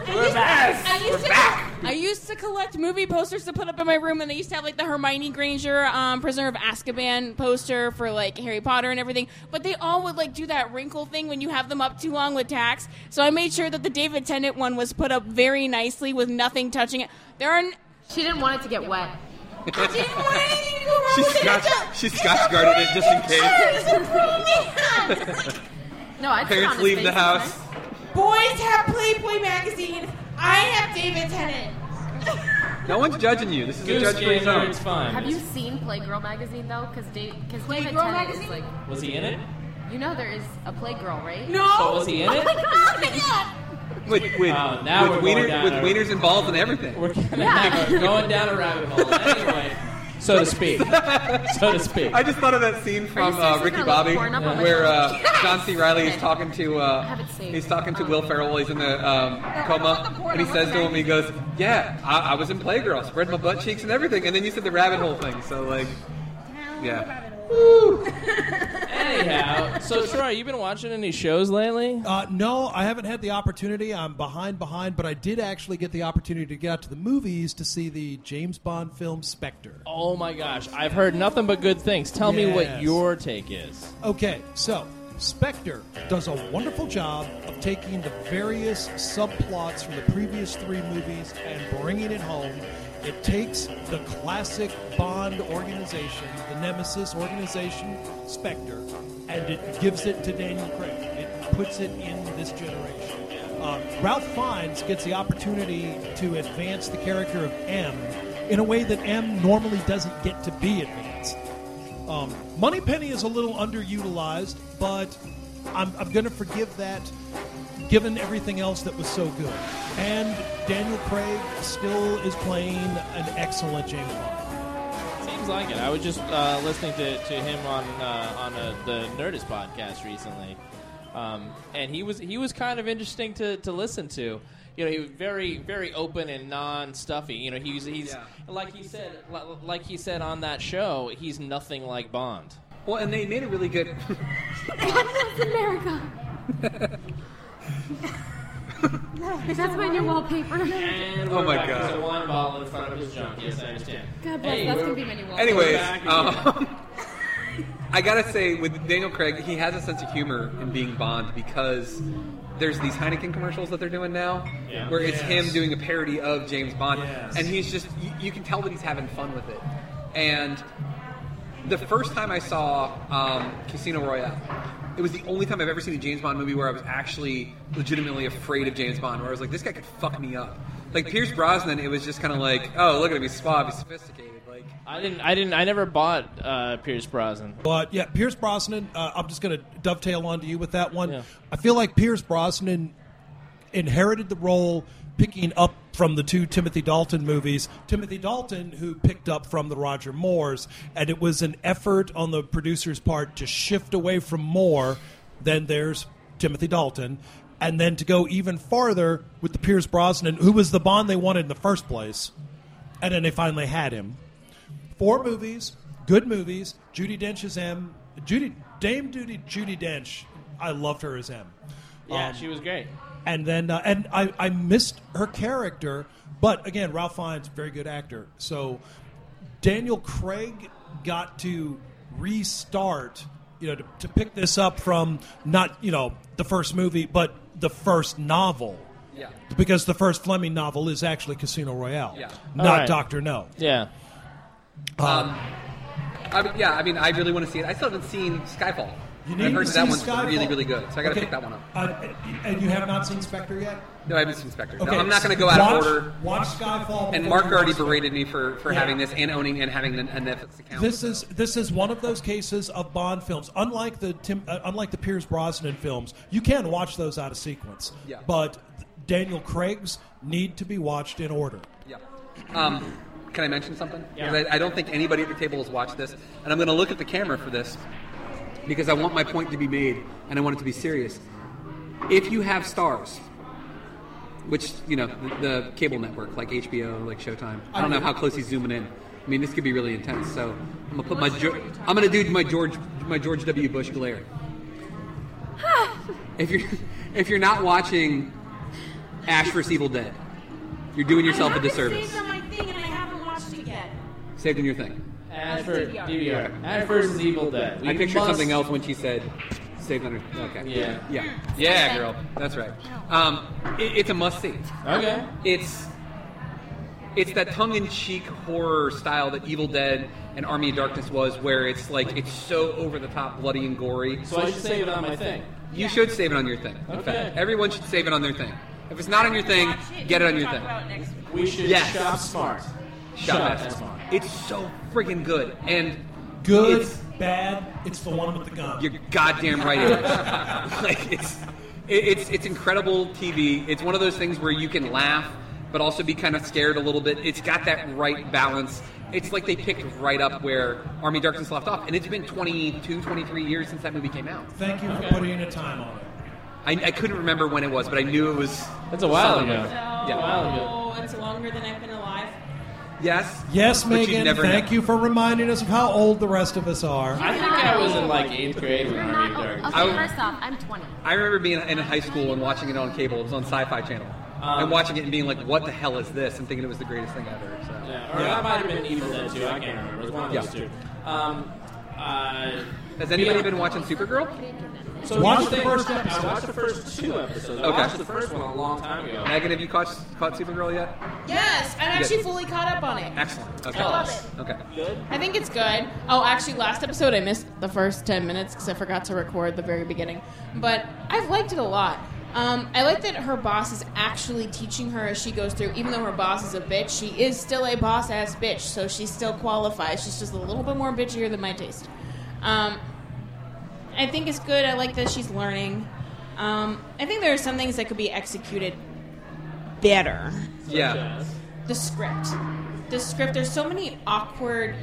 S9: I used, I used to, I used to collect movie posters to put up in my room, and I used to have like the Hermione Granger, um, Prisoner of Azkaban poster for like Harry Potter and everything. But they all would like do that wrinkle thing when you have them up too long with tacks. So I made sure that the David Tennant one was put up very nicely with nothing touching it. There are. N-
S10: she didn't want it to get wet.
S9: I didn't want anything to go wrong
S8: She
S9: with
S8: scotch-
S9: it. It's a-
S8: she
S9: it's a
S8: scotch guarded it just in
S9: pretty
S8: case.
S9: picture. It's a pretty man.
S10: No, I
S8: Parents leave the house.
S9: Boys have Playboy magazine. I have David Tennant.
S8: No one's judging you. This is a
S4: Goose
S8: judge free
S4: game,
S8: zone.
S4: it's fine.
S10: Have you seen Playgirl magazine though? Because because David
S9: Playgirl
S10: Tennant
S9: magazine?
S10: is like,
S4: Was he in it?
S10: you know, there is a Playgirl, right?
S9: No.
S4: Oh, was he in it?
S8: With with,
S4: Oh, now
S8: with,
S4: we're going
S8: wiener-
S4: down
S8: with
S4: a-
S8: wieners and balls and everything.
S4: We're gonna have a- going down a rabbit hole. Anyway, so to speak. So to speak.
S8: I just thought of that scene from
S10: you
S8: uh,
S10: seriously
S8: Ricky
S10: gonna
S8: Bobby
S10: look porn up on my
S8: where
S10: phone?
S8: uh, John C. Riley is
S10: Okay.
S8: talking to uh,
S10: have it saved. Um,
S8: he's talking to Will Ferrell while he's in the um, coma, and he says to him, he goes, "Yeah, I, I was in Playgirl, spread my butt cheeks and everything." And then you said the rabbit hole thing, so like, yeah,
S4: Anyhow, so Troy, you been watching any shows lately?
S5: Uh, no, I haven't had the opportunity. I'm behind, behind, but I did actually get the opportunity to get out to the movies to see the James Bond film Spectre.
S4: Oh my gosh, I've heard nothing but good things. Tell me
S5: Yes.
S4: what your take is.
S5: Okay, so Spectre does a wonderful job of taking the various subplots from the previous three movies and bringing it home. It takes the classic Bond organization, the Nemesis organization, Spectre, and it gives it to Daniel Craig. It puts it in this generation. Uh, Ralph Fiennes gets the opportunity to advance the character of M in a way that M normally doesn't get to be advanced. Um, Moneypenny is a little underutilized, but I'm, I'm going to forgive that given everything else that was so good. And Daniel Craig still is playing an excellent James Bond.
S4: Seems like it. I was just uh, listening to, to him on uh, on a, the Nerdist podcast recently, um, and he was he was kind of interesting to, to listen to. You know, he was very very open and non stuffy. You know, he's he's
S8: Yeah.
S4: like he said li- like he said on that show, he's nothing like Bond.
S8: Well, and they made a really good.
S10: God bless America. That's my new wallpaper.
S4: And
S8: Oh
S4: we're
S8: my
S4: back.
S8: God.
S4: There's a wine bottle in front of his junk. Yes, I understand.
S10: God bless.
S4: Hey,
S10: That's
S4: we're-
S10: gonna be my new wallpaper.
S8: Anyways,
S4: Back again.
S8: um, I gotta say, with Daniel Craig, he has a sense of humor in being Bond because there's these Heineken commercials that they're doing now,
S4: Yeah.
S8: where it's him
S5: Yes.
S8: doing a parody of James Bond,
S5: Yes.
S8: and he's just you, you can tell that he's having fun with it. And the first time I saw um, Casino Royale, it was the only time I've ever seen a James Bond movie where I was actually legitimately afraid of James Bond, where I was like, this guy could fuck me up. Like Pierce Brosnan, it was just kind of like, oh, look at him, he's suave, he's sophisticated, like.
S4: I didn't. I didn't. I never bought uh, Pierce Brosnan.
S5: But yeah, Pierce Brosnan. Uh, I'm just going to dovetail onto you with that one.
S4: Yeah.
S5: I feel like Pierce Brosnan inherited the role, picking up from the two Timothy Dalton movies. Timothy Dalton, who picked up from the Roger Moores, and it was an effort on the producer's part to shift away from Moore. Then there's Timothy Dalton. And then to go even farther with the Pierce Brosnan, who was the Bond they wanted in the first place, and then they finally had him four movies, good movies. Judy Dench is M. Judy Dame Judy Judy Dench. I loved her as M.
S4: Yeah,
S5: Um,
S4: she was great.
S5: and then uh, and I, I missed her character, but again, Ralph Fiennes very good actor. So Daniel Craig got to restart, you know, to, to pick this up from not you know the first movie, but the first novel.
S8: Yeah.
S5: Because the first Fleming novel is actually Casino Royale,
S8: Yeah.
S5: not
S4: Alright.
S5: Doctor No.
S4: Yeah.
S8: I mean, yeah, I mean, I really want to see it. I still haven't seen Skyfall.
S5: You
S8: And
S5: need
S8: I've heard
S5: to
S8: that
S5: see
S8: one's
S5: Skyfall.
S8: really, really good. So I got to
S5: Okay.
S8: pick that one up.
S5: Uh, and you have not seen Spectre yet?
S8: No, I haven't seen Spectre. No, I'm not going to go out
S5: watch,
S8: of order.
S5: Watch Skyfall.
S8: And
S5: before
S8: Mark
S5: you
S8: already
S5: watch it.
S8: berated me for, for
S5: Yeah.
S8: having this and owning and having an- a Netflix account.
S5: This is this is one of those cases of Bond films. Unlike the Tim, uh, unlike the Pierce Brosnan films, you can watch those out of sequence.
S8: Yeah.
S5: But Daniel Craig's need to be watched in order.
S8: Yeah. Um, can I mention something?
S4: Yeah.
S8: 'Cause I, I don't think anybody at the table has watched this, and I'm going to look at the camera for this because I want my point to be made and I want it to be serious. If you have stars, which you know the, the cable network like HBO, like Showtime, I don't know how close he's zooming in. I mean, this could be really intense. So I'm gonna put my jo- I'm gonna do my George my George W. Bush glare. if you're if you're not watching Ash vs Evil Dead, you're doing yourself a disservice.
S9: Saved on my thing and I haven't watched it yet.
S8: Saved in your thing.
S4: Ash
S9: for-
S4: versus
S9: DVR.
S4: DVR. Ash versus Evil Dead. We
S8: I pictured
S4: must-
S8: something else when she said saved under. Okay.
S4: Yeah.
S8: Yeah. Yeah,
S10: Okay.
S8: girl. That's right. Um, it, it's a must see.
S4: Okay.
S8: It's it's that tongue in cheek horror style that Evil Dead and Army of Darkness was, where it's like it's so over the top, bloody and gory.
S4: So I should save it on my thing.
S8: You should save it on your thing. In
S4: Okay.
S8: fact, everyone should save it on their thing. If it's not on your thing, get it on your thing.
S4: We should
S8: Yes.
S4: shop smart.
S8: Shut
S4: Shut
S8: up.
S4: up. Smart.
S8: It's so friggin' good and
S5: Good,
S8: It's,
S5: bad. It's the one with the gun.
S8: You're goddamn right it is. like it's it, it's it's incredible TV. It's one of those things where you can laugh but also be kind of scared a little bit. It's got that right balance. It's like they picked right up where Army of Darkness left off and it's been 22, 23 years since that movie came out.
S5: Thank you for putting a time on it.
S8: I, I couldn't remember when it was, but I knew it was
S4: That's a while
S8: solid.
S4: ago.
S8: Yeah.
S4: Wow,
S9: Oh, it's longer than I've been alive.
S8: Yes.
S5: Yes,
S8: But you'd
S5: Megan.
S8: never
S5: Thank
S8: know.
S5: you for reminding us of how old the rest of us are.
S4: I think I was in like eighth grade when
S10: You're
S4: Army of
S10: not old.
S4: Darkness.
S10: Okay,
S8: I-
S10: first off, I'm 20.
S8: I remember being in high school and watching it on cable. It was on Sci-Fi Channel. and watching it and being like, "What the hell is this?" and thinking it was the greatest thing ever. So.
S4: Yeah, or that might have been Evil Dead too. I can't remember. It was one of those two. Um, uh,
S8: Has anybody
S4: Yeah.
S8: been watching Supergirl?
S11: So
S5: Watch
S11: here's
S5: the
S11: thing.
S5: first
S11: I
S5: episode.
S11: watched the first two episodes. I
S8: Okay.
S11: watched the first one a long time ago.
S8: Megan, have you caught caught Supergirl yet?
S9: Yes, I'm actually
S8: Good.
S9: fully caught up on it.
S8: Excellent. Okay.
S9: I love
S8: it. Okay.
S9: I think it's good. Oh, actually, last episode I missed the first 10 minutes because I forgot to record the very beginning. But I've liked it a lot. Um, I like that her boss is actually teaching her as she goes through. Even though her boss is a bitch, she is still a boss ass bitch, so she still qualifies. She's just a little bit more bitchier than my taste. Um, I think it's good. I like that she's learning. Um, I think there are some things that could be executed better
S8: Yeah.
S9: the script. The script. There's so many awkward.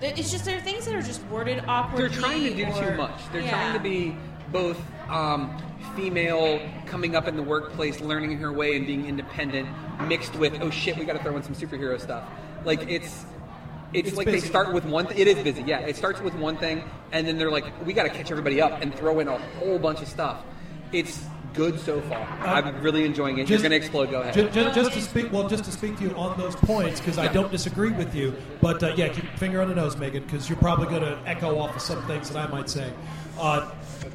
S9: It's just there are things that are just worded awkwardly.
S8: They're trying to do
S9: or-
S8: too much. They're
S9: Yeah.
S8: trying to be both um, female, coming up in the workplace, learning her way and being independent, mixed with oh shit, we got to throw in some superhero stuff. Like it's. It's,
S5: It's
S8: like
S5: busy.
S8: they start with one. Th- it is busy, yeah. It starts with one thing, and then they're like, "We got to catch everybody up and throw in a whole bunch of stuff." It's good so far. I'm really enjoying
S5: Uh,
S8: it.
S5: just-
S8: You're gonna explode. Go ahead.
S5: Just, just, just to speak, well, just to speak to you on those points because I don't disagree with you, but uh, yeah, keep your finger on the nose, Megan, because you're probably going to echo off of some things that I might say. Uh,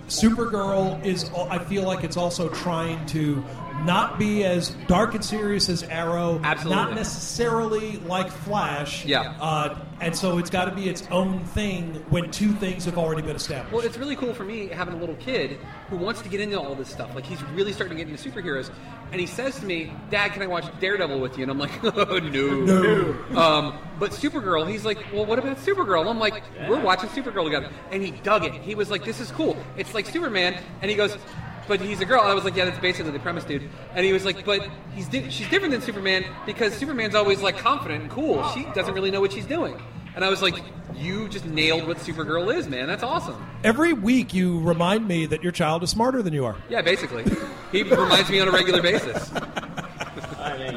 S5: Supergirl is, al- I feel like it's also trying to not be as dark and serious as Arrow, not
S8: Absolutely.
S5: necessarily like Flash,
S8: Yeah.
S5: Uh, and so it's got to be its own thing when two things have already been established.
S8: Well, it's really cool for me having a little kid who wants to get into all this stuff. Like he's really starting to get into superheroes, and he says to me, "Dad, can I watch Daredevil with you?" And I'm like, "Oh no." no. Um, but Supergirl, he's like, "Well, what about Supergirl?" I'm like, "We're watching Supergirl together," and he dug it. He was like, "This is cool. It's like Superman," and he goes. But he's a girl. I was like, yeah, that's basically the premise, dude. And he was like, but he's di- she's different than Superman because Superman's always like confident and cool. She doesn't really know what she's doing. And I was like, you just nailed what Supergirl is, man. That's awesome.
S5: Every week, you remind me that your child is smarter than you are.
S8: Yeah, basically. He reminds me on a regular basis.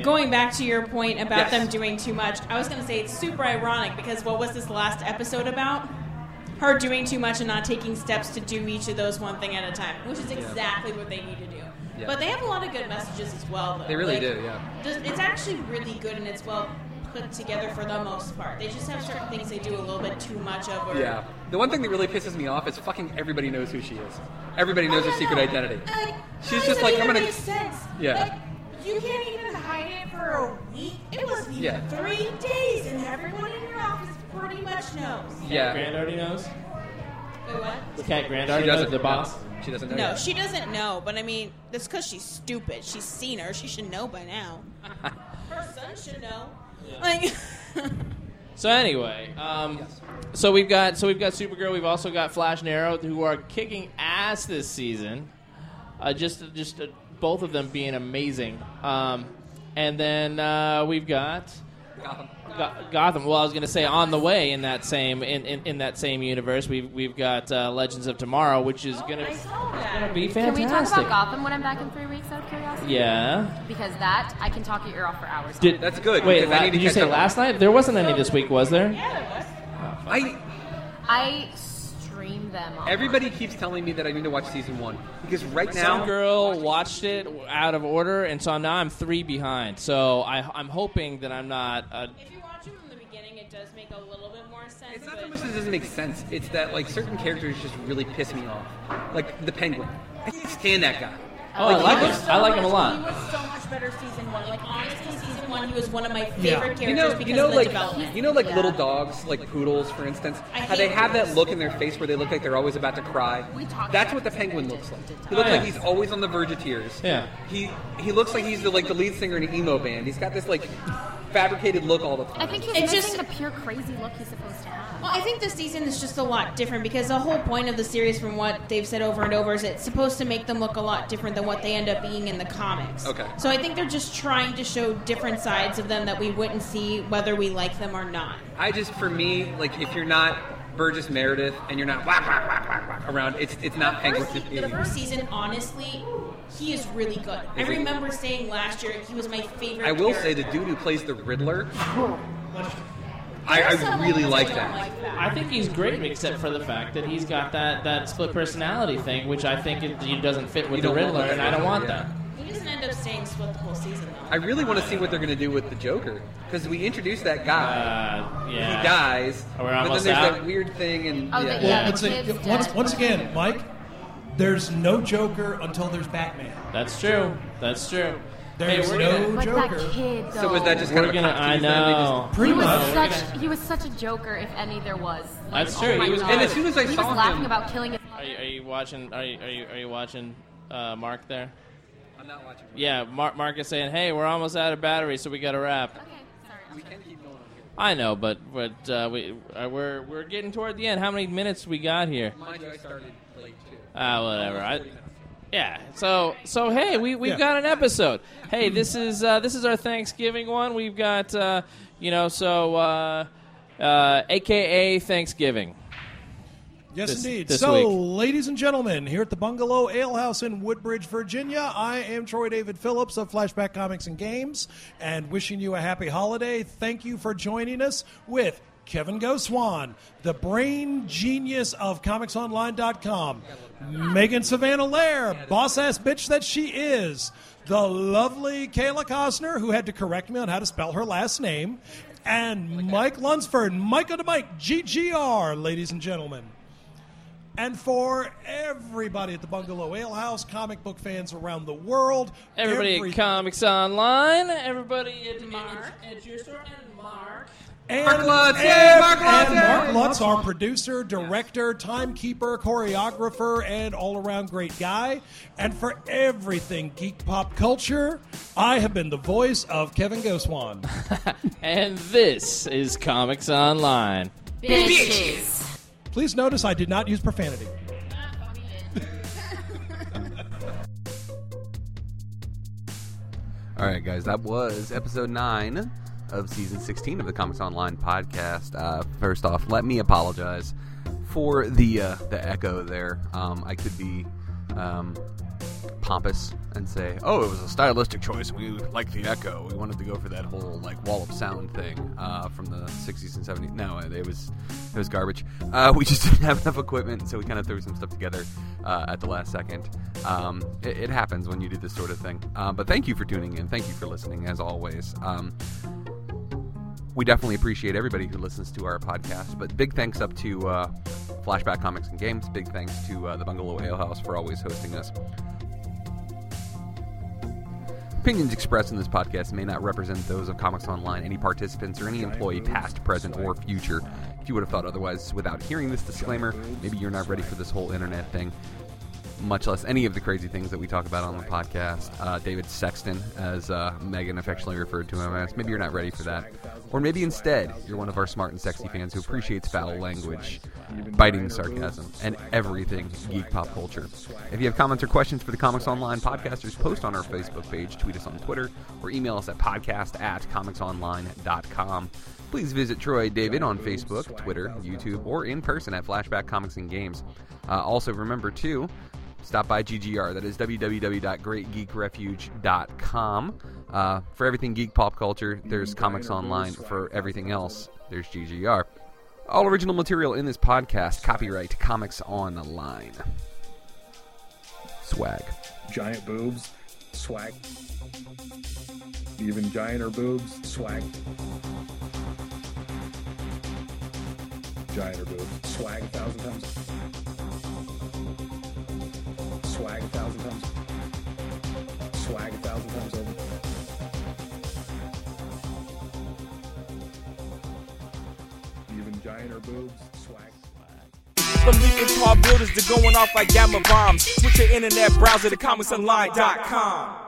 S9: Going back to your point about
S8: Yes.
S9: them doing too much, I was going to say it's super ironic because what was this last episode about? Her doing too much and not taking steps to do each of those one thing at a time, which is exactly what they need to do.
S8: Yeah.
S9: But they have a lot of good messages as well, though.
S8: They really
S9: Like,
S8: do, yeah.
S9: just- It's actually really good and it's well put together for the most part. They just have certain things they do a little bit too much of, or
S8: Yeah. The one thing that really pisses me off is fucking everybody knows who she is. Everybody
S9: Oh,
S8: knows her secret identity.
S12: Like,
S8: She's
S12: how
S8: just
S12: does
S8: like,
S12: it
S8: I'm
S12: even
S8: gonna-
S12: make sense?
S8: Yeah.
S12: Like, you can't even hide it for a week. It wasn't even
S8: Yeah.
S12: three days, and everyone in your office pretty much knows.
S8: Yeah.
S11: Grand already knows.
S9: Wait, what?
S11: The cat Grand
S8: She
S11: already knows
S8: doesn't.
S11: the boss.
S8: She doesn't know.
S9: No,
S8: yet.
S9: she doesn't know, but I mean, that's because she's stupid. She's seen her. She should know by now. her son should know. Like,
S4: So anyway, um, so we've got so we've got Supergirl. We've also got Flash and Arrow, who are kicking ass this season. Uh, just just uh, both of them being amazing. Um, and then uh, we've got
S8: Gotham.
S4: Go- Gotham. Well, I was going to say on the way in that same in, in, in that same universe. We've we've got uh, Legends of Tomorrow, which is going
S9: I
S4: to
S12: Oh,
S9: saw that.
S4: be
S7: Oh, Can
S4: fantastic.
S7: we talk about Gotham when I'm back in three weeks out of curiosity?
S4: yeah.
S7: Because that, I can talk your ear off for hours.
S4: Did,
S8: That's good,
S4: Wait,
S8: because I
S4: la-
S8: need to
S4: did you
S8: catch
S4: say
S8: up.
S4: last night? There wasn't any this week, was there?
S8: I,
S7: I stream them on.
S8: everybody keeps telling me that I need to watch season one. Because right
S4: Some
S8: now,
S4: girl watched it out of order, and so now I'm three behind. So I, I'm hoping that I'm not. Uh,
S9: If you watch it from the beginning, it does make a little bit more sense.
S8: it's not so much
S9: but
S8: that it doesn't make sense. It's that like certain characters just really piss me off. Like the Penguin. I can't stand that guy.
S4: oh, I like
S9: He
S4: him.
S9: was so
S4: I like him a
S9: much- He
S4: lot.
S9: was so much better season one. Like honestly, season one, he was one of my favorite
S5: Yeah.
S9: characters
S8: You know,
S9: because
S8: you know,
S9: of the
S8: like
S9: development.
S8: you know, like
S7: Yeah.
S8: little dogs, like poodles, for instance.
S9: I
S8: How they
S9: hate
S8: have that
S9: poodles.
S8: look in their face where they look like they're always about to cry.
S7: We talked
S8: That's
S7: about
S8: what the
S7: this a
S8: penguin
S7: bit,
S8: looks
S7: didn't-
S8: like.
S7: didn't
S8: He looks
S4: Oh,
S8: like
S4: yeah.
S8: he's always on the verge of tears.
S4: Yeah.
S8: He he looks like he's the, like the lead singer in an emo band. He's got this like fabricated look all the time.
S7: I think he's
S9: It's
S7: missing
S9: just-
S7: the pure crazy look he's supposed to have.
S9: Well, I think this season is just a lot different because the whole point of the series, from what they've said over and over, is it's supposed to make them look a lot different than what they end up being in the comics.
S8: Okay.
S9: So I think they're just trying to show different sides of them that we wouldn't see whether we like them or not.
S8: I just for me, like if you're not Burgess Meredith and you're not whack, whack, whack, whack, whack around, it's it's not
S9: The
S8: penguin.
S9: first, se- the first season, honestly, he is really good. I
S8: Is he?
S9: remember saying last year he was my favorite.
S8: I will
S9: character.
S8: say the dude who plays the Riddler. I,
S9: There are some
S8: I really
S9: elements
S8: like
S9: don't
S8: that.
S9: like
S4: I think he's great, except for the fact that he's got that, that split personality thing, which I think it, he doesn't fit with
S8: You
S4: the
S8: don't want
S4: Riddler,
S8: that.
S4: and I don't want
S8: Yeah.
S4: that.
S9: He doesn't end up staying split the whole season though.
S8: I really want to see what they're going to do with the Joker because we introduced that guy.
S4: Uh, yeah.
S8: he dies,
S4: We're
S8: but then
S4: almost
S8: there's
S4: out.
S8: that weird thing, and
S7: Oh,
S8: yeah.
S7: the- yeah.
S5: Well, let's say-
S7: kid's
S5: once,
S7: dead.
S5: once again, Mike, There's no Joker until there's Batman.
S4: That's true. That's true.
S5: There's
S4: we're
S5: no
S4: gonna-
S10: But
S5: Joker.
S10: that kid, though.
S8: So was that just kind
S4: We're
S8: of
S4: gonna.
S8: A
S4: I
S8: costume thing? They just-
S4: know.
S5: Pretty
S10: He was
S5: much.
S4: We're
S10: such
S4: gonna-
S10: he was such a joker, if any there was. Like,
S4: That's
S10: oh
S4: true.
S10: my
S4: He was-
S10: God.
S4: and as soon
S8: as I
S10: he
S8: saw
S10: was laughing
S8: him-
S10: about killing his mother.
S4: Are you, are you watching? Are you, are you are you watching uh, Mark there?
S8: I'm not watching.
S4: Yeah, Mark, Mark is saying, "Hey, we're almost out of battery, so we got to wrap."
S10: okay, sorry.
S8: We can keep going on here.
S4: I know, but but uh, we uh, we're we're getting toward the end. How many minutes we got here?
S8: Mind you, I started late too.
S4: Ah, whatever. I,
S8: 40 minutes.
S4: yeah. So so hey, we we've
S5: Yeah.
S4: got an episode. Hey, this is uh, this is our Thanksgiving one. We've got uh, you know so uh, uh, AKA Thanksgiving.
S5: Yes,
S4: this-
S5: indeed.
S4: this
S5: so,
S4: week.
S5: ladies and gentlemen, here at the Bungalow Ale House in Woodbridge, Virginia, I am Troy David Phillips of Flashback Comics and Games, and wishing you a happy holiday. Thank you for joining us with Kevin Goswan, the brain genius of ComicsOnline.com, Megan Savannah Lair, boss ass bitch that she is, the lovely Kayla Costner, who had to correct me on how to spell her last name, and Mike Lunsford, Michael to Mike, GGR, ladies and gentlemen. And for everybody at the Bungalow Ale House, comic book fans around the world,
S4: Everybody
S5: every-
S4: at Comics Online. Everybody at Mark.
S5: and,
S8: Mark Lutz,
S5: and-
S8: yay, Mark Lutz,
S5: and Mark
S8: yay!
S5: Lutz, our producer, director, timekeeper, choreographer, and all-around great guy. And for everything geek pop culture, I have been the voice of Kevin Goswan.
S4: And this is Comics Online.
S10: Bitches.
S5: Please notice I did not use profanity.
S3: All right, guys, that was episode nine of season 16 of the Comics Online podcast. Uh, first off, let me apologize for the uh, the echo there. Um, I could be um, pompous and say, "Oh, it was a stylistic choice. We like the echo. We wanted to go for that whole like wall of sound thing uh, from the 60s and 70s." No, it it was it was garbage. Uh, we just didn't have enough equipment, so we kind of threw some stuff together uh, at the last second. Um, it, it happens when you do this sort of thing. Uh, but thank you for tuning in. Thank you for listening, as always. Um, we definitely appreciate everybody who listens to our podcast. But big thanks up to uh, Flashback Comics and Games. Big thanks to uh, the Bungalow Ale House for always hosting us. Opinions expressed in this podcast may not represent those of Comics Online, any participants, or any employee, past, present, or future. If you would have thought otherwise without hearing this disclaimer, maybe you're not ready for this whole internet thing much less any of the crazy things that we talk about on the podcast. Uh, David Sexton, as uh, Megan affectionately referred to him as. Maybe you're not ready for that. Or maybe instead, you're one of our smart and sexy fans who appreciates foul language, biting sarcasm, and everything geek pop culture. If you have comments or questions for the Comics Online podcasters, post on our Facebook page, tweet us on Twitter, or email us at podcast at comicsonline.com. Please visit Troy David on Facebook, Twitter, YouTube, or in person at Flashback Comics and Games. Uh, also, remember, too, stop by GGR. That is www.greatgeekrefuge.com. Uh, for everything geek pop culture, there's Comics Online. For everything else, there's GGR. All original material in this podcast, copyright Comics Online. Swag.
S6: Giant boobs, swag. Even gianter boobs, swag. Gianter boobs, swag a thousand times. Swag a thousand times. Swag a thousand times over. Even gianter boobs, swag.
S2: From leaking tall buildings to going off like gamma bombs. Switch your internet browser to comicsonline.com.